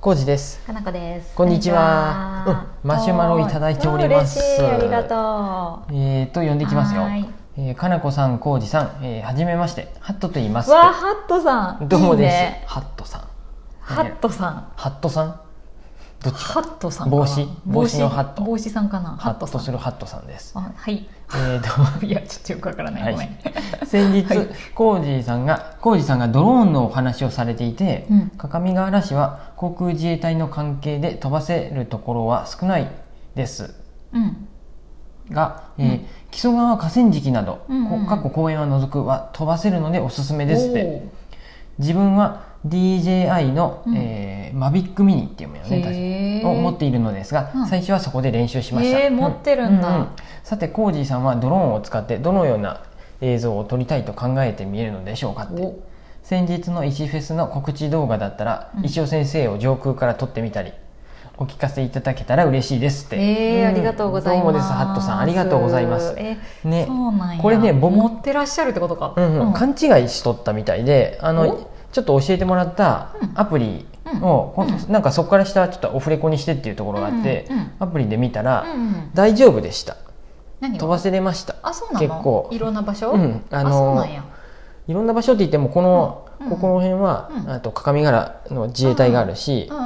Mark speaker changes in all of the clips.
Speaker 1: コウジです。
Speaker 2: かなこです。
Speaker 1: こんにちは
Speaker 2: こんにちは
Speaker 1: うんマシュマロをいただいております
Speaker 2: うん嬉しい、ありがとう。
Speaker 1: えっと呼んでいきますよ
Speaker 2: はーい。
Speaker 1: えー、かなこさん、コウジさん、えー、はじめまして、ハットと言います。
Speaker 2: わあ、ハットさん。
Speaker 1: どうもです。
Speaker 2: いいね
Speaker 1: ハットさん。
Speaker 2: ハットさん。
Speaker 1: ハットさん。どっちか。
Speaker 2: ハットさんかな。
Speaker 1: 帽子帽子のハット
Speaker 2: 帽子さんかな。
Speaker 1: ハ
Speaker 2: ハ
Speaker 1: ッ
Speaker 2: ット
Speaker 1: と
Speaker 2: さん。
Speaker 1: するハットさんです。
Speaker 2: あ、 はい。
Speaker 1: えー、と
Speaker 2: いや、ちょっとよくわからない。ごめ ん。
Speaker 1: 先日、
Speaker 2: はい
Speaker 1: コウジさんがコウジさんがドローンのお話をされていて、
Speaker 2: うん
Speaker 1: 各務原市は航空自衛隊の関係で飛ばせるところは少ないです
Speaker 2: うん。
Speaker 1: が、えー
Speaker 2: うん
Speaker 1: 木曽川河川敷など、
Speaker 2: うんうんうん
Speaker 1: こ過去公園は除くは飛ばせるのでおすすめですって自分は DJI の、
Speaker 2: うん
Speaker 1: えーマビックミニっていうのよ
Speaker 2: おー。
Speaker 1: ね確か
Speaker 2: へえ。
Speaker 1: を持っているのですが、
Speaker 2: うん
Speaker 1: 最初はそこで練習しました、
Speaker 2: へー持ってるんだ
Speaker 1: さてコージーさんはドローンを使ってどのような映像を撮りたいと考えてみえるのでしょうかって
Speaker 2: お
Speaker 1: 先日の石フェスの告知動画だったら、
Speaker 2: うん
Speaker 1: 石尾先生を上空から撮ってみたりお聞かせいただけたら嬉しいですって、
Speaker 2: え
Speaker 1: うん
Speaker 2: ー、ありがとうございます。
Speaker 1: どうもですハットさんありがとうございます
Speaker 2: え、
Speaker 1: ね
Speaker 2: そうなんや。
Speaker 1: これね僕
Speaker 2: 持ってらっしゃるってことか。
Speaker 1: うんうん
Speaker 2: うん
Speaker 1: 勘違いしとったみたいであのちょっと教えてもらったアプリを、
Speaker 2: う
Speaker 1: こ
Speaker 2: んうん
Speaker 1: なんかそこから下はちょっとオフレコにしてっていうところがあって、
Speaker 2: うんうんうん
Speaker 1: アプリで見たら、
Speaker 2: うんうん。
Speaker 1: 大丈夫でした
Speaker 2: 何
Speaker 1: 飛ば
Speaker 2: せ
Speaker 1: せれました
Speaker 2: あ、そうなの。
Speaker 1: 結構
Speaker 2: いろんな場所。
Speaker 1: うんあ
Speaker 2: あ
Speaker 1: の
Speaker 2: そうなんや。
Speaker 1: いろんな場所って言ってもこの、
Speaker 2: うんうん
Speaker 1: ここの辺は、
Speaker 2: うん
Speaker 1: あと各務原の自衛隊があるし、
Speaker 2: うん。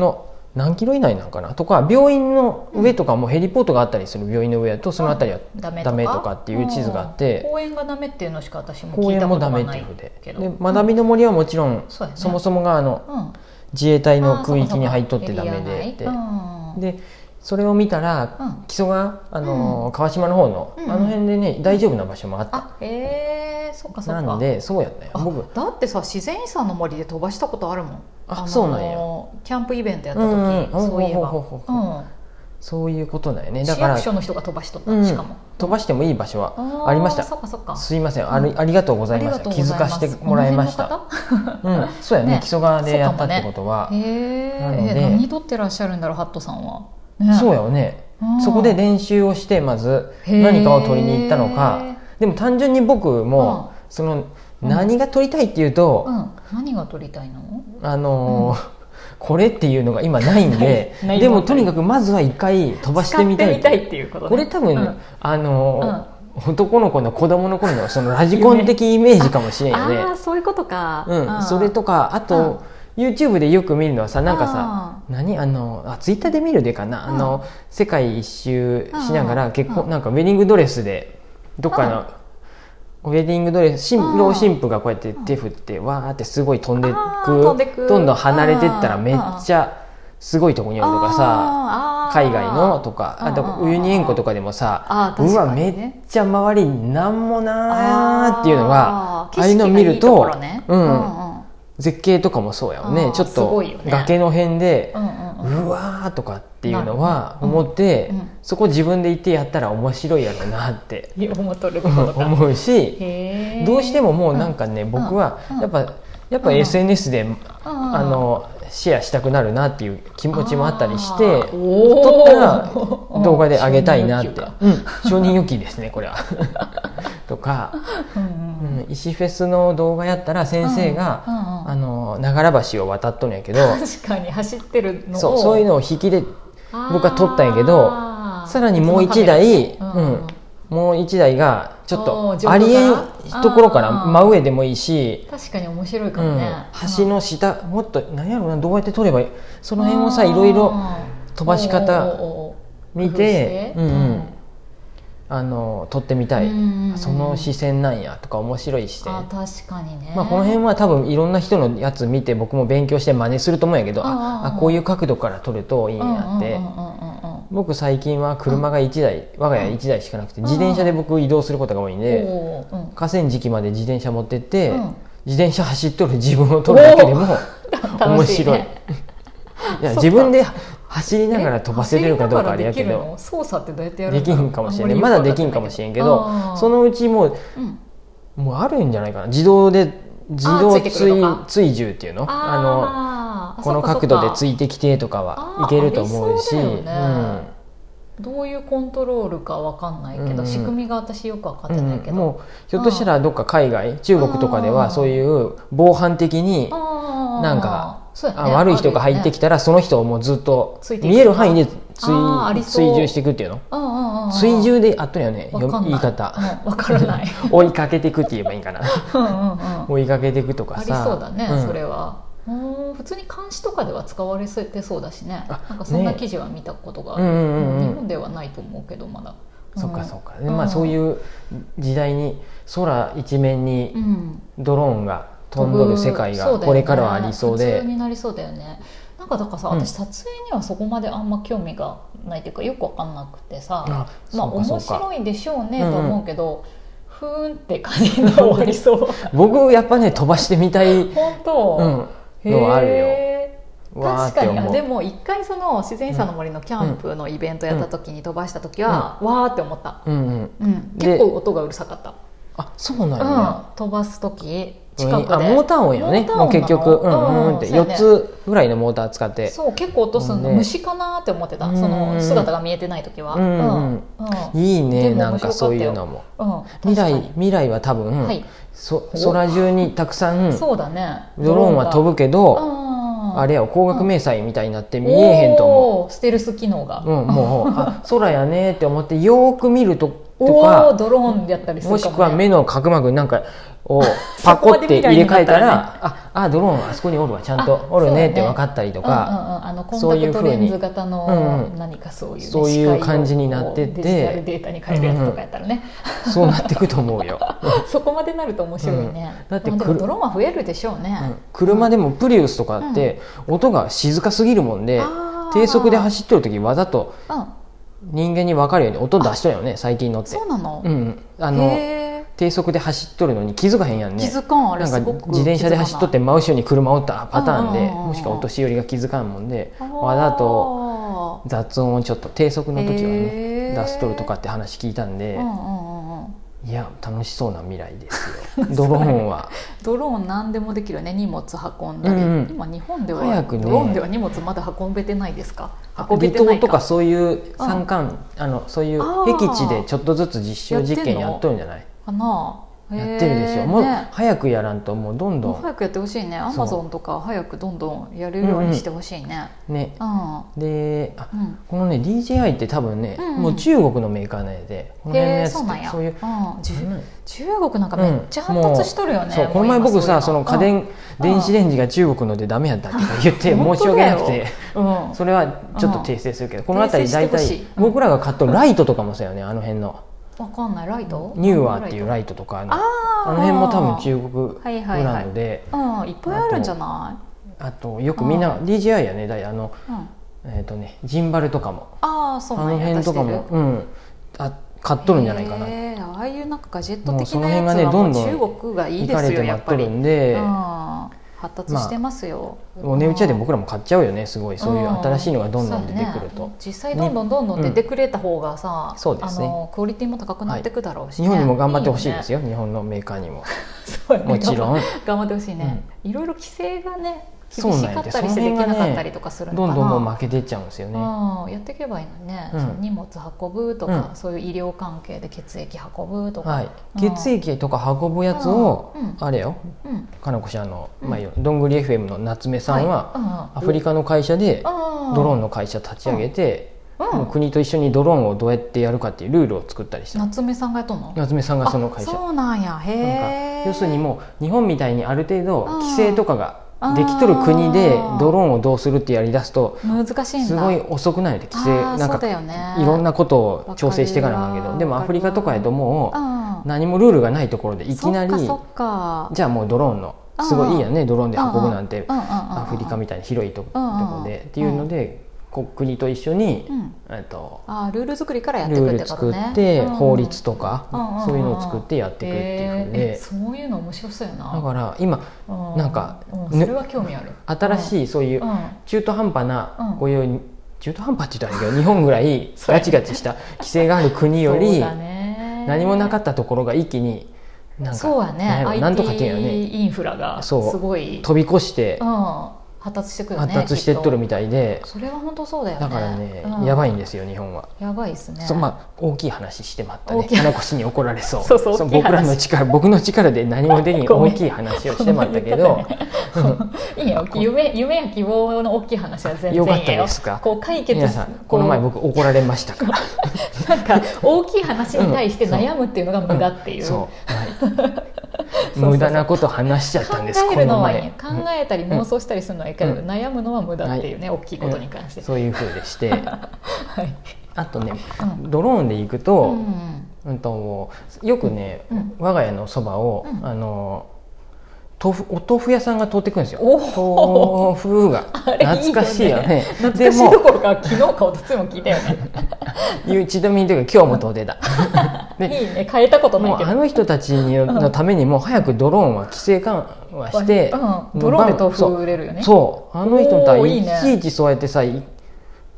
Speaker 1: の何キロ以内なんかなとか病院の上とかもヘリポートがあったりする病院の上だとその辺りは
Speaker 2: ダメ
Speaker 1: ダメとかっていう地図があって
Speaker 2: うん公園がダメっていうのしか私も
Speaker 1: 公
Speaker 2: 聞い
Speaker 1: 園
Speaker 2: た
Speaker 1: も
Speaker 2: こと
Speaker 1: ダ
Speaker 2: がな
Speaker 1: メってい
Speaker 2: い
Speaker 1: うふうで
Speaker 2: け
Speaker 1: で
Speaker 2: ど
Speaker 1: 学びの森はもちろん
Speaker 2: そうやね
Speaker 1: そもそもがあの
Speaker 2: うんうん
Speaker 1: 自衛隊
Speaker 2: あ
Speaker 1: の
Speaker 2: ーそ
Speaker 1: 区
Speaker 2: うかそ
Speaker 1: 域
Speaker 2: う
Speaker 1: に
Speaker 2: か
Speaker 1: 入っとってダメ
Speaker 2: エリア
Speaker 1: で
Speaker 2: 内
Speaker 1: って
Speaker 2: うん
Speaker 1: でそれを見た
Speaker 2: う
Speaker 1: ら
Speaker 2: ん
Speaker 1: 木曽川あのー川島の方の
Speaker 2: うんうん
Speaker 1: あの辺でね大丈夫な場所もあった
Speaker 2: あへえそっかそっか
Speaker 1: なんでそうやったよ
Speaker 2: あ
Speaker 1: 僕
Speaker 2: だってさ自然遺産の森で飛ばしたことあるもん
Speaker 1: あ
Speaker 2: の
Speaker 1: そうなんや
Speaker 2: キャンプイベントやった
Speaker 1: うん
Speaker 2: 時
Speaker 1: うん
Speaker 2: そういえば
Speaker 1: ほうほうほうほうそういうことだよ
Speaker 2: う
Speaker 1: ね
Speaker 2: ん
Speaker 1: だ
Speaker 2: 市
Speaker 1: から
Speaker 2: 役所の人が飛ばしとった
Speaker 1: うん
Speaker 2: しかも
Speaker 1: 飛ばしてもいい場所
Speaker 2: ー
Speaker 1: はありました
Speaker 2: そっかそっか
Speaker 1: すいませんあり,、
Speaker 2: うん
Speaker 1: ありがとうござ
Speaker 2: あ
Speaker 1: い
Speaker 2: り
Speaker 1: ま
Speaker 2: が
Speaker 1: した
Speaker 2: とう
Speaker 1: 気
Speaker 2: ござ
Speaker 1: づ
Speaker 2: いま
Speaker 1: か
Speaker 2: す
Speaker 1: してもらいました
Speaker 2: この辺の方
Speaker 1: うん、そうやね
Speaker 2: ね
Speaker 1: 木曽川でやったって
Speaker 2: そうかもね
Speaker 1: ことは
Speaker 2: へ
Speaker 1: そう,、なの
Speaker 2: え
Speaker 1: で
Speaker 2: え何撮ってらっしゃるんだろうハットさんはね
Speaker 1: やよね、
Speaker 2: うん
Speaker 1: そこで練習をしてまず
Speaker 2: へー
Speaker 1: 何かを取りに行ったのかでも単純に僕も、その
Speaker 2: うん
Speaker 1: 何が取りたいっていうと、
Speaker 2: うん、何が撮りたいの
Speaker 1: あのーこれっていうのが今ないんで
Speaker 2: ないない
Speaker 1: でもとにかくまずは一回飛ばしてみたい
Speaker 2: 使ってみたいっていうことね
Speaker 1: これ多分、
Speaker 2: うん
Speaker 1: あのー男の子の子供の頃のそのラジコン的イメージかもしれんよね。
Speaker 2: ああそういうことか、
Speaker 1: うん、それとかあと、YouTube でよく見るのはさなんかさ何あのあツイッターで見るでかな、
Speaker 2: うん
Speaker 1: あの世界一周しなが
Speaker 2: う
Speaker 1: ら
Speaker 2: ん
Speaker 1: 結婚、
Speaker 2: うん
Speaker 1: なんかウェディングドレスでどっかの、ウェディングドレス新
Speaker 2: うん
Speaker 1: 郎新婦がこうやって手振ってわーってすごい飛んでく
Speaker 2: あー飛んでく
Speaker 1: どんどん離れてったら
Speaker 2: うん
Speaker 1: めっちゃすごいとこにあるとかさ
Speaker 2: あー
Speaker 1: 海外のとかあ
Speaker 2: うんうん
Speaker 1: と
Speaker 2: うん
Speaker 1: ウユニ塩湖とかでもさ
Speaker 2: あー
Speaker 1: うわ
Speaker 2: 確か
Speaker 1: め
Speaker 2: に
Speaker 1: っ
Speaker 2: ね
Speaker 1: ちゃ周りなんもなーっていうのが
Speaker 2: あ
Speaker 1: あ
Speaker 2: ー
Speaker 1: あいうのを見る
Speaker 2: 景色
Speaker 1: と
Speaker 2: がいいところね
Speaker 1: う
Speaker 2: うん
Speaker 1: ん
Speaker 2: うん
Speaker 1: 絶景とかもそうやよ
Speaker 2: あ
Speaker 1: ね
Speaker 2: ー
Speaker 1: ちょっ
Speaker 2: す
Speaker 1: と
Speaker 2: ごいよね
Speaker 1: 崖の辺で、
Speaker 2: うん
Speaker 1: う
Speaker 2: うん
Speaker 1: わーとかっていうのは思って、
Speaker 2: うんうん
Speaker 1: そこ自分で行ってやったら面白いやろうなって
Speaker 2: うん思っとるこ
Speaker 1: うん
Speaker 2: とか
Speaker 1: 思うし
Speaker 2: へえ
Speaker 1: どうしてももうなんかね僕は
Speaker 2: うん
Speaker 1: やっぱやっぱ
Speaker 2: うん
Speaker 1: SNS であ
Speaker 2: あ
Speaker 1: のシェアしたくなるなっていう気持ちもあったりし
Speaker 2: あ
Speaker 1: て
Speaker 2: ーおー
Speaker 1: 撮ったら動画で上げたいなって
Speaker 2: 承認欲
Speaker 1: うん承認欲求ですねこれは。 とか、
Speaker 2: うんう
Speaker 1: うんん、石フェスの動画やったら先生が、
Speaker 2: うんうんうん
Speaker 1: あの長良橋を渡っとるんやけど
Speaker 2: 確かに走ってるのを
Speaker 1: そうそういうのを引きで僕は撮ったんやけど
Speaker 2: あー
Speaker 1: さらにもう一台、
Speaker 2: 別の
Speaker 1: う
Speaker 2: カメラねうん
Speaker 1: ん、もう一台がちょっ
Speaker 2: おー
Speaker 1: と
Speaker 2: 上空
Speaker 1: ありえん
Speaker 2: から
Speaker 1: ところから
Speaker 2: あー
Speaker 1: 真上でもいいし、
Speaker 2: 確かに面白いうかも
Speaker 1: ん
Speaker 2: ね、
Speaker 1: 橋の下もっと何やろうなどうやって撮ればいいその辺をさいろいろ飛ばし方見てうんうんあの撮ってみたい
Speaker 2: うんうんうん
Speaker 1: その視線なんやとか面白い視
Speaker 2: あ
Speaker 1: 線。
Speaker 2: 確かにね
Speaker 1: まあ、この辺は多分いろんな人のやつ見て僕も勉強して真似すると思うんやけど
Speaker 2: うんうんう
Speaker 1: あ
Speaker 2: ん
Speaker 1: あこういう角度から撮るといいんやって
Speaker 2: うんうんうんうんうんうん
Speaker 1: 僕最近は車が1台我が家1台しかなくて
Speaker 2: うん
Speaker 1: 自転車で僕移動することが多いんで
Speaker 2: おーうん
Speaker 1: 河川敷まで自転車持ってって
Speaker 2: うん
Speaker 1: 自転車走っとる自分を撮るだけでも面
Speaker 2: 楽しい
Speaker 1: 白い
Speaker 2: ね
Speaker 1: いや
Speaker 2: そっか
Speaker 1: 自分で走りながら飛ばせれるかどうかあれやけ
Speaker 2: 走りながらできる
Speaker 1: ど
Speaker 2: の操作ってどうやってや
Speaker 1: で
Speaker 2: るんだ
Speaker 1: き
Speaker 2: ろうん
Speaker 1: かもしれないまだできんかもしれんけどそ、のうちも
Speaker 2: あんまりよくわかってないけどうん
Speaker 1: うもうあるんじゃないかな自動で自動
Speaker 2: あついてくるのか
Speaker 1: 追追従っていうのあ
Speaker 2: あー
Speaker 1: のこの角度でつ
Speaker 2: い
Speaker 1: いてきてとかは
Speaker 2: あ
Speaker 1: い
Speaker 2: ー
Speaker 1: けると思うし
Speaker 2: ありそうだよ
Speaker 1: うん
Speaker 2: ねどういうコントロールかわかんないけ
Speaker 1: うんう
Speaker 2: ど
Speaker 1: ん
Speaker 2: 仕組みが私よくわかって
Speaker 1: う
Speaker 2: なんいけど
Speaker 1: もうひょっとしたらどっか海外中国とかで
Speaker 2: う
Speaker 1: は
Speaker 2: ん
Speaker 1: そういう防犯的になんか
Speaker 2: そうやね
Speaker 1: あ悪い人が入ってきたらその人をもうずっと
Speaker 2: ついていく
Speaker 1: 見える範囲で追
Speaker 2: あーありそう
Speaker 1: 追従していくっていうの
Speaker 2: うんうんうんうん
Speaker 1: 追従であっとるよね
Speaker 2: わかんない
Speaker 1: 言い方
Speaker 2: うんわからない
Speaker 1: 追いかけていくって言えばいいん かな
Speaker 2: うんうんうん
Speaker 1: 追いかけていくとか
Speaker 2: あり
Speaker 1: さ
Speaker 2: そうだね、
Speaker 1: うん
Speaker 2: それはうん普通に監視とかでは使われてそうだしね
Speaker 1: あ
Speaker 2: なんかそんな
Speaker 1: ね
Speaker 2: 記事は見たことがあ
Speaker 1: う
Speaker 2: る、
Speaker 1: んうんうんうん
Speaker 2: 日本ではないと思うけどまだ
Speaker 1: そっかそっか、
Speaker 2: うん
Speaker 1: まあそういう時代に空一面
Speaker 2: う
Speaker 1: に
Speaker 2: ん
Speaker 1: ドローンが飛んどる世界がこれからはありそう
Speaker 2: そうだよね普
Speaker 1: で
Speaker 2: 通になりそうだよねなんかだからさ、
Speaker 1: うん
Speaker 2: 私撮影にはそこまであんま興味がないっていうかよくわかんなくてさ
Speaker 1: あ
Speaker 2: ま
Speaker 1: そうかそう
Speaker 2: あ
Speaker 1: か
Speaker 2: 面白いでしょうねと思うけど、ふーんって感じの終わりそう
Speaker 1: 僕やっぱね飛ばしてみたい、うん、
Speaker 2: 本当、
Speaker 1: のはあるよ
Speaker 2: へー
Speaker 1: わーっ
Speaker 2: 確
Speaker 1: て
Speaker 2: かにあ
Speaker 1: 思
Speaker 2: で
Speaker 1: う
Speaker 2: も一回その自然さの森のキャンプのイベントやった時に飛ばした時は、わーって思った、
Speaker 1: うんうん
Speaker 2: うん、
Speaker 1: で
Speaker 2: 結構音がうるさかった、
Speaker 1: あそうなんや、
Speaker 2: うん、飛ばす時
Speaker 1: うん
Speaker 2: 近くで
Speaker 1: あモーター音やね
Speaker 2: モーター音なの
Speaker 1: もう結局うんうんうんって
Speaker 2: そうやね
Speaker 1: 4つぐらいのモーター使って
Speaker 2: そう結構音すんの、
Speaker 1: うんね
Speaker 2: 虫かなーって思ってた、
Speaker 1: うん
Speaker 2: その姿が見えてない時は、
Speaker 1: うんうん
Speaker 2: うん
Speaker 1: いいね
Speaker 2: でも
Speaker 1: な
Speaker 2: 面白かったよ
Speaker 1: んかそういうのも
Speaker 2: うん
Speaker 1: 未来
Speaker 2: 確か
Speaker 1: 未来は多分、
Speaker 2: にはい、
Speaker 1: そ空中にたくさん
Speaker 2: そうだね
Speaker 1: ドローンは飛ぶけど
Speaker 2: あ
Speaker 1: あれや光学迷彩みたいになって見えへんと思う
Speaker 2: 思うステルス機能が、
Speaker 1: うん、もうあ空やねって思ってよーく見るとと
Speaker 2: おお
Speaker 1: か
Speaker 2: ドローンやったりするかも、
Speaker 1: も
Speaker 2: ね、
Speaker 1: しくは目の角膜になんかをパコって入れ替えたらああドローンあそこにおるわちゃんとおるねって分かったりと
Speaker 2: うん
Speaker 1: か
Speaker 2: うんうん、あのコン
Speaker 1: そうい
Speaker 2: タ
Speaker 1: う
Speaker 2: ク
Speaker 1: ふ
Speaker 2: ト
Speaker 1: うに
Speaker 2: レンズ型
Speaker 1: うん
Speaker 2: の
Speaker 1: うん
Speaker 2: 何かそういう,、ね
Speaker 1: そういう
Speaker 2: 視界を
Speaker 1: 感じになってて
Speaker 2: こうデジタルデータに変えるやつとかやったらね、
Speaker 1: そうなってくと思うよ。
Speaker 2: そこまでなると面白いね、
Speaker 1: うんだって
Speaker 2: まあで
Speaker 1: く
Speaker 2: も
Speaker 1: る
Speaker 2: ドローンは増えるでしょうね、
Speaker 1: うん車でもプリウスとかって音が静かすぎるもんで、
Speaker 2: あー
Speaker 1: 低速で走ってる時わざと
Speaker 2: うん
Speaker 1: 人間に分かるように音出しとるよね最近のって
Speaker 2: そうなの、
Speaker 1: うんあの
Speaker 2: へ
Speaker 1: 低速で走っとるのに気づかへんやん
Speaker 2: ー
Speaker 1: ね
Speaker 2: 気づかんあれ
Speaker 1: な
Speaker 2: す
Speaker 1: んか
Speaker 2: ごく
Speaker 1: 自転車で走っとって真後ろに車おったパターン
Speaker 2: うんう
Speaker 1: で
Speaker 2: んうんうん
Speaker 1: もしくはお年寄りが気づかんもんで
Speaker 2: 気づかない
Speaker 1: わざと
Speaker 2: あ
Speaker 1: 雑音をちょっと低速の時は
Speaker 2: へ
Speaker 1: ね
Speaker 2: ー
Speaker 1: 出しとるとかって話聞いたん
Speaker 2: ー
Speaker 1: で
Speaker 2: うんうんうんうん
Speaker 1: いや楽しそうな未来です よドローンは
Speaker 2: ドローン何でもできるよね荷物運んだり、
Speaker 1: うんうん
Speaker 2: 今日本では、
Speaker 1: 早くね
Speaker 2: ドローンでは荷物まだ運べてないですか運べ
Speaker 1: 離
Speaker 2: て
Speaker 1: 島
Speaker 2: ない
Speaker 1: とかそういう山間あのそういう
Speaker 2: あー
Speaker 1: 僻地でちょっとずつ実証実験やっとるんじゃない
Speaker 2: かな
Speaker 1: やってるでし
Speaker 2: へ
Speaker 1: ょ
Speaker 2: ー
Speaker 1: もう
Speaker 2: ね
Speaker 1: 早くやらんともうどんど
Speaker 2: もう早くやってほしいねアマゾンとか早くどんどんやれるようにしてほしいね
Speaker 1: んね
Speaker 2: うん
Speaker 1: であ
Speaker 2: うん
Speaker 1: このね DJI って多分ね
Speaker 2: うんうん
Speaker 1: もう中国のメーカーなんやでこの辺の
Speaker 2: へえ
Speaker 1: やつ
Speaker 2: そう
Speaker 1: っ
Speaker 2: なんや
Speaker 1: てそういう
Speaker 2: うんじゅ
Speaker 1: なんや
Speaker 2: 中国なんかめっちゃ発達しとるよね
Speaker 1: そう
Speaker 2: も
Speaker 1: この前
Speaker 2: 今
Speaker 1: 僕
Speaker 2: そういう
Speaker 1: さその家電、電子レンジが中国のでダメやったとか言って
Speaker 2: うん
Speaker 1: 申し訳なく
Speaker 2: 本当だ
Speaker 1: て
Speaker 2: ようんうん
Speaker 1: それはちょっと訂正するけどこの辺り大
Speaker 2: 訂正し
Speaker 1: 体
Speaker 2: てほしいうん
Speaker 1: 僕らが買っとるライトとかもそうよねあの辺の
Speaker 2: わかんないライト
Speaker 1: ニューアーっていう
Speaker 2: イ
Speaker 1: ライトとかあ
Speaker 2: トあ
Speaker 1: のあ
Speaker 2: ー
Speaker 1: の辺も多分中国ブ
Speaker 2: はいはいはい
Speaker 1: ランドで
Speaker 2: うんいっぱいあるんじゃな
Speaker 1: あとよくみんな DJI やねだいあの
Speaker 2: いうん
Speaker 1: えっとねジンバルとかも
Speaker 2: ああそ
Speaker 1: あ
Speaker 2: うなん
Speaker 1: の
Speaker 2: や
Speaker 1: 辺とか
Speaker 2: 出
Speaker 1: も
Speaker 2: してる
Speaker 1: うんあ買っとるんじゃないかな
Speaker 2: へーああいうなんかガジェット
Speaker 1: もう
Speaker 2: 的
Speaker 1: その
Speaker 2: なや
Speaker 1: 辺が
Speaker 2: つは
Speaker 1: ねど
Speaker 2: も
Speaker 1: ん
Speaker 2: う
Speaker 1: どん
Speaker 2: 中国がいい
Speaker 1: 行
Speaker 2: で
Speaker 1: かれ
Speaker 2: す
Speaker 1: て
Speaker 2: よ
Speaker 1: も
Speaker 2: や
Speaker 1: や
Speaker 2: っ
Speaker 1: っ
Speaker 2: ぱ
Speaker 1: と
Speaker 2: り
Speaker 1: るんで
Speaker 2: うん発達してますよ
Speaker 1: お値打ちやで僕らも買っちゃうよねすごいそういう新しいのがどんどん出てくる
Speaker 2: そうや
Speaker 1: と
Speaker 2: ね、実際どんどんどんどん出てくれた方がさ、
Speaker 1: んそうですね
Speaker 2: あのクオリティも高くなってくだろうし、ね
Speaker 1: 日本にも頑張ってほしいです
Speaker 2: よ
Speaker 1: よ日本のメーカーに も
Speaker 2: そうやね
Speaker 1: もちろん
Speaker 2: 頑張ってほしいね、いろいろ規制がね
Speaker 1: そう
Speaker 2: 厳
Speaker 1: なんや
Speaker 2: しかったりしてできなかったりとかする
Speaker 1: どん
Speaker 2: のかな
Speaker 1: どんどん負けていっちゃうんですよね
Speaker 2: うん、やっていけばいいのにね、
Speaker 1: うん
Speaker 2: その荷物運ぶとか、
Speaker 1: うん
Speaker 2: そういう医療関係で血液運ぶとか、
Speaker 1: はい
Speaker 2: うん
Speaker 1: 血液とか運ぶやつを
Speaker 2: うん
Speaker 1: あれよ
Speaker 2: うん
Speaker 1: かなこちゃんの
Speaker 2: うん
Speaker 1: まあいいよどんぐり FM の夏目さんはアフリ
Speaker 2: カ
Speaker 1: カの会社でドロー
Speaker 2: ン
Speaker 1: ンの会社立ち上げて
Speaker 2: うん
Speaker 1: もう国と一緒にドローンをどうやってやるかっていうルールを作ったりした
Speaker 2: 夏目さんがやっとんの
Speaker 1: 夏目さんがその会社
Speaker 2: あそうなんやへ
Speaker 1: なん
Speaker 2: え
Speaker 1: か要するにもう日本みたいにある程度
Speaker 2: うん
Speaker 1: 規制とかができとる国で
Speaker 2: あー
Speaker 1: ドローンをどうするってやりだすと
Speaker 2: 難しいんだ
Speaker 1: すごい遅くないで規制
Speaker 2: あ
Speaker 1: な
Speaker 2: ー
Speaker 1: ん
Speaker 2: そ
Speaker 1: か
Speaker 2: うだよね
Speaker 1: いろんなことを調整していかなあかんけ
Speaker 2: わかる
Speaker 1: ど
Speaker 2: わ
Speaker 1: でもアフリカとかやとも
Speaker 2: うん
Speaker 1: う何もルールがないところでいきなり
Speaker 2: そっかそっか
Speaker 1: じゃあもうドローンの
Speaker 2: うん
Speaker 1: すごいいいやんねドローンで運ぶなん
Speaker 2: うん
Speaker 1: て
Speaker 2: うんうんうん
Speaker 1: アフリカみたいに広いととこ
Speaker 2: うん
Speaker 1: ろでっていうのでこう国と一緒に
Speaker 2: うん
Speaker 1: えっと
Speaker 2: あールール作りからやって
Speaker 1: ルー
Speaker 2: いくっ
Speaker 1: ル
Speaker 2: てこ
Speaker 1: 作
Speaker 2: とね
Speaker 1: って
Speaker 2: うん
Speaker 1: 法律と
Speaker 2: うんうんうん
Speaker 1: か
Speaker 2: うん
Speaker 1: そういうのを作ってやっていくっていうふう
Speaker 2: へーえ
Speaker 1: で
Speaker 2: そういうの面白そうやな
Speaker 1: だから今
Speaker 2: う
Speaker 1: なんか
Speaker 2: う
Speaker 1: ね
Speaker 2: それは興味ある
Speaker 1: 新
Speaker 2: い
Speaker 1: しいそういううん中途半端
Speaker 2: う
Speaker 1: なんこういう中途半端って言ったらいいけど日本ぐら いガチガチした規制がある国よ
Speaker 2: そう
Speaker 1: り
Speaker 2: だね
Speaker 1: 何もなかったところが一気になん
Speaker 2: そう
Speaker 1: か
Speaker 2: や
Speaker 1: なん
Speaker 2: ね
Speaker 1: やろ
Speaker 2: IT
Speaker 1: なんとかっていうよね
Speaker 2: インフラがす
Speaker 1: そう
Speaker 2: ごい
Speaker 1: 飛び越して
Speaker 2: うん発達してくるね
Speaker 1: 発達してっとるみたいで
Speaker 2: きっとそれは本当そうだよね
Speaker 1: だからね、
Speaker 2: うん
Speaker 1: やばいんですよ日本は、
Speaker 2: やばいですね
Speaker 1: そうまあ大きい話してまった
Speaker 2: 大
Speaker 1: ね
Speaker 2: きい
Speaker 1: 花子氏に怒られそう
Speaker 2: そうそう大きい話
Speaker 1: 僕らの力僕の力で何もできん
Speaker 2: ごめん
Speaker 1: 大きい話をしてまったけど、
Speaker 2: いい よ夢夢や希望の大きい話は全然いい
Speaker 1: よかったですか
Speaker 2: こう解決
Speaker 1: 皆さん
Speaker 2: こ
Speaker 1: こ
Speaker 2: う
Speaker 1: の前僕怒られましたから
Speaker 2: なんか大きい話に対して悩むっていうのが無駄っていう,、
Speaker 1: そう、はい
Speaker 2: そうそう
Speaker 1: 無駄なこと話しちゃったんです
Speaker 2: 考えるのはいいよ
Speaker 1: こ
Speaker 2: 考
Speaker 1: の前
Speaker 2: えたり妄想したりするのはいいけど、
Speaker 1: うん
Speaker 2: 悩むのは無駄っていうね、大きいことに関して、
Speaker 1: そういうふうでして
Speaker 2: はい、
Speaker 1: あとね
Speaker 2: うん
Speaker 1: ドローンで行く
Speaker 2: う
Speaker 1: と,、
Speaker 2: ん
Speaker 1: うん、とよくね、
Speaker 2: うん
Speaker 1: 我が家のそばを、
Speaker 2: うん
Speaker 1: あの豆腐お豆腐屋さんが通ってくるんですよ
Speaker 2: おー
Speaker 1: 豆腐が
Speaker 2: あれいいよね
Speaker 1: 懐かしいよね
Speaker 2: 懐かしいどころか昨日か一昨日も聞いたよね
Speaker 1: でもちなみにというか今日も通ってた
Speaker 2: いい
Speaker 1: で
Speaker 2: ね変えたことな
Speaker 1: も
Speaker 2: いうけ
Speaker 1: あ
Speaker 2: ど
Speaker 1: の人たちにのためにもう早くドローンは規制緩和して、
Speaker 2: うん、ドローンで豆腐売れるよねう、
Speaker 1: そうあの人た
Speaker 2: おー
Speaker 1: ち
Speaker 2: いい
Speaker 1: い
Speaker 2: ね
Speaker 1: ちいちそうやってさい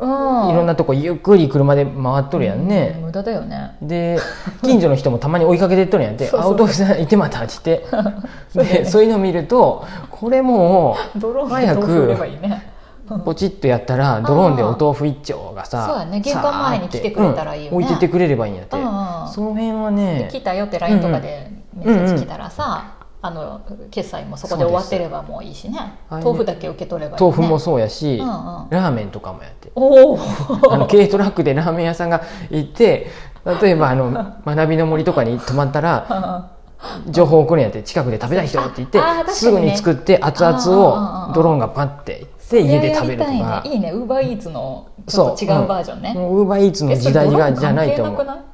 Speaker 1: い
Speaker 2: ん、い
Speaker 1: ろんなとこゆっくり車で回っとるやんね、
Speaker 2: 無駄だよね
Speaker 1: で近所の人もたまに追いかけてっとるんやって「
Speaker 2: そう
Speaker 1: あ
Speaker 2: そうそう
Speaker 1: お豆腐さんいてまた」って
Speaker 2: そうだよ
Speaker 1: で
Speaker 2: ね
Speaker 1: そういうの見るとこれも
Speaker 2: ドローンで豆腐売ればいいねう
Speaker 1: うんポチッとやったらドローンでお豆腐一丁がさ
Speaker 2: そうだね玄関前に来てくれたらいい
Speaker 1: さーって
Speaker 2: よね
Speaker 1: うん置いててくれればいいんやって
Speaker 2: うんうん
Speaker 1: その辺は
Speaker 2: で
Speaker 1: ね
Speaker 2: 来たよって LINE とかでメッセージ来たらさ、あの決済もそこで終わってればもういいしね
Speaker 1: そうです
Speaker 2: 豆腐だけ受け取ればいい、ね、
Speaker 1: 豆腐もそうやし、
Speaker 2: うんうん
Speaker 1: ラーメンとかもやって
Speaker 2: おお
Speaker 1: あ の軽トラックでラーメン屋さんが行って例えばあ の学びの森とかに泊まったら情報送るんやって近くで食べたい人って言って、
Speaker 2: ああー確かにね
Speaker 1: すぐに作って熱々をドローンがパッて行って家で食べるとか
Speaker 2: いいねウーバーイーツのちょっと違うバージョンね、
Speaker 1: もうウーバーイーツの
Speaker 2: えそ
Speaker 1: 時
Speaker 2: れ
Speaker 1: 代
Speaker 2: ドロー
Speaker 1: が
Speaker 2: ン
Speaker 1: じゃないと思
Speaker 2: 関係
Speaker 1: う
Speaker 2: なく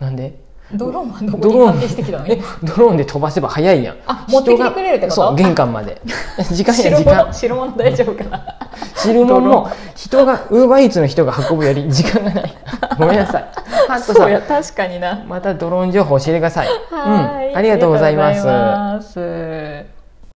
Speaker 1: なんで
Speaker 2: ないドローンは
Speaker 1: ド
Speaker 2: どこに
Speaker 1: ロ
Speaker 2: 関係してきた
Speaker 1: ー
Speaker 2: の
Speaker 1: ンえドローンで飛ばせば早いやん
Speaker 2: あ持ってきてくれるってこと
Speaker 1: 人がそう玄関ま で時間や
Speaker 2: 白
Speaker 1: 時間
Speaker 2: 物白物大丈夫かな
Speaker 1: 汁物
Speaker 2: ドロ
Speaker 1: も人がウーバーイーツの人が運ぶより時間がない ごめんなさいあと
Speaker 2: そうや
Speaker 1: さ
Speaker 2: 確かにな
Speaker 1: またドローン情報教えてください、うん、
Speaker 2: はい
Speaker 1: ありがとうございます
Speaker 2: ありがとうございます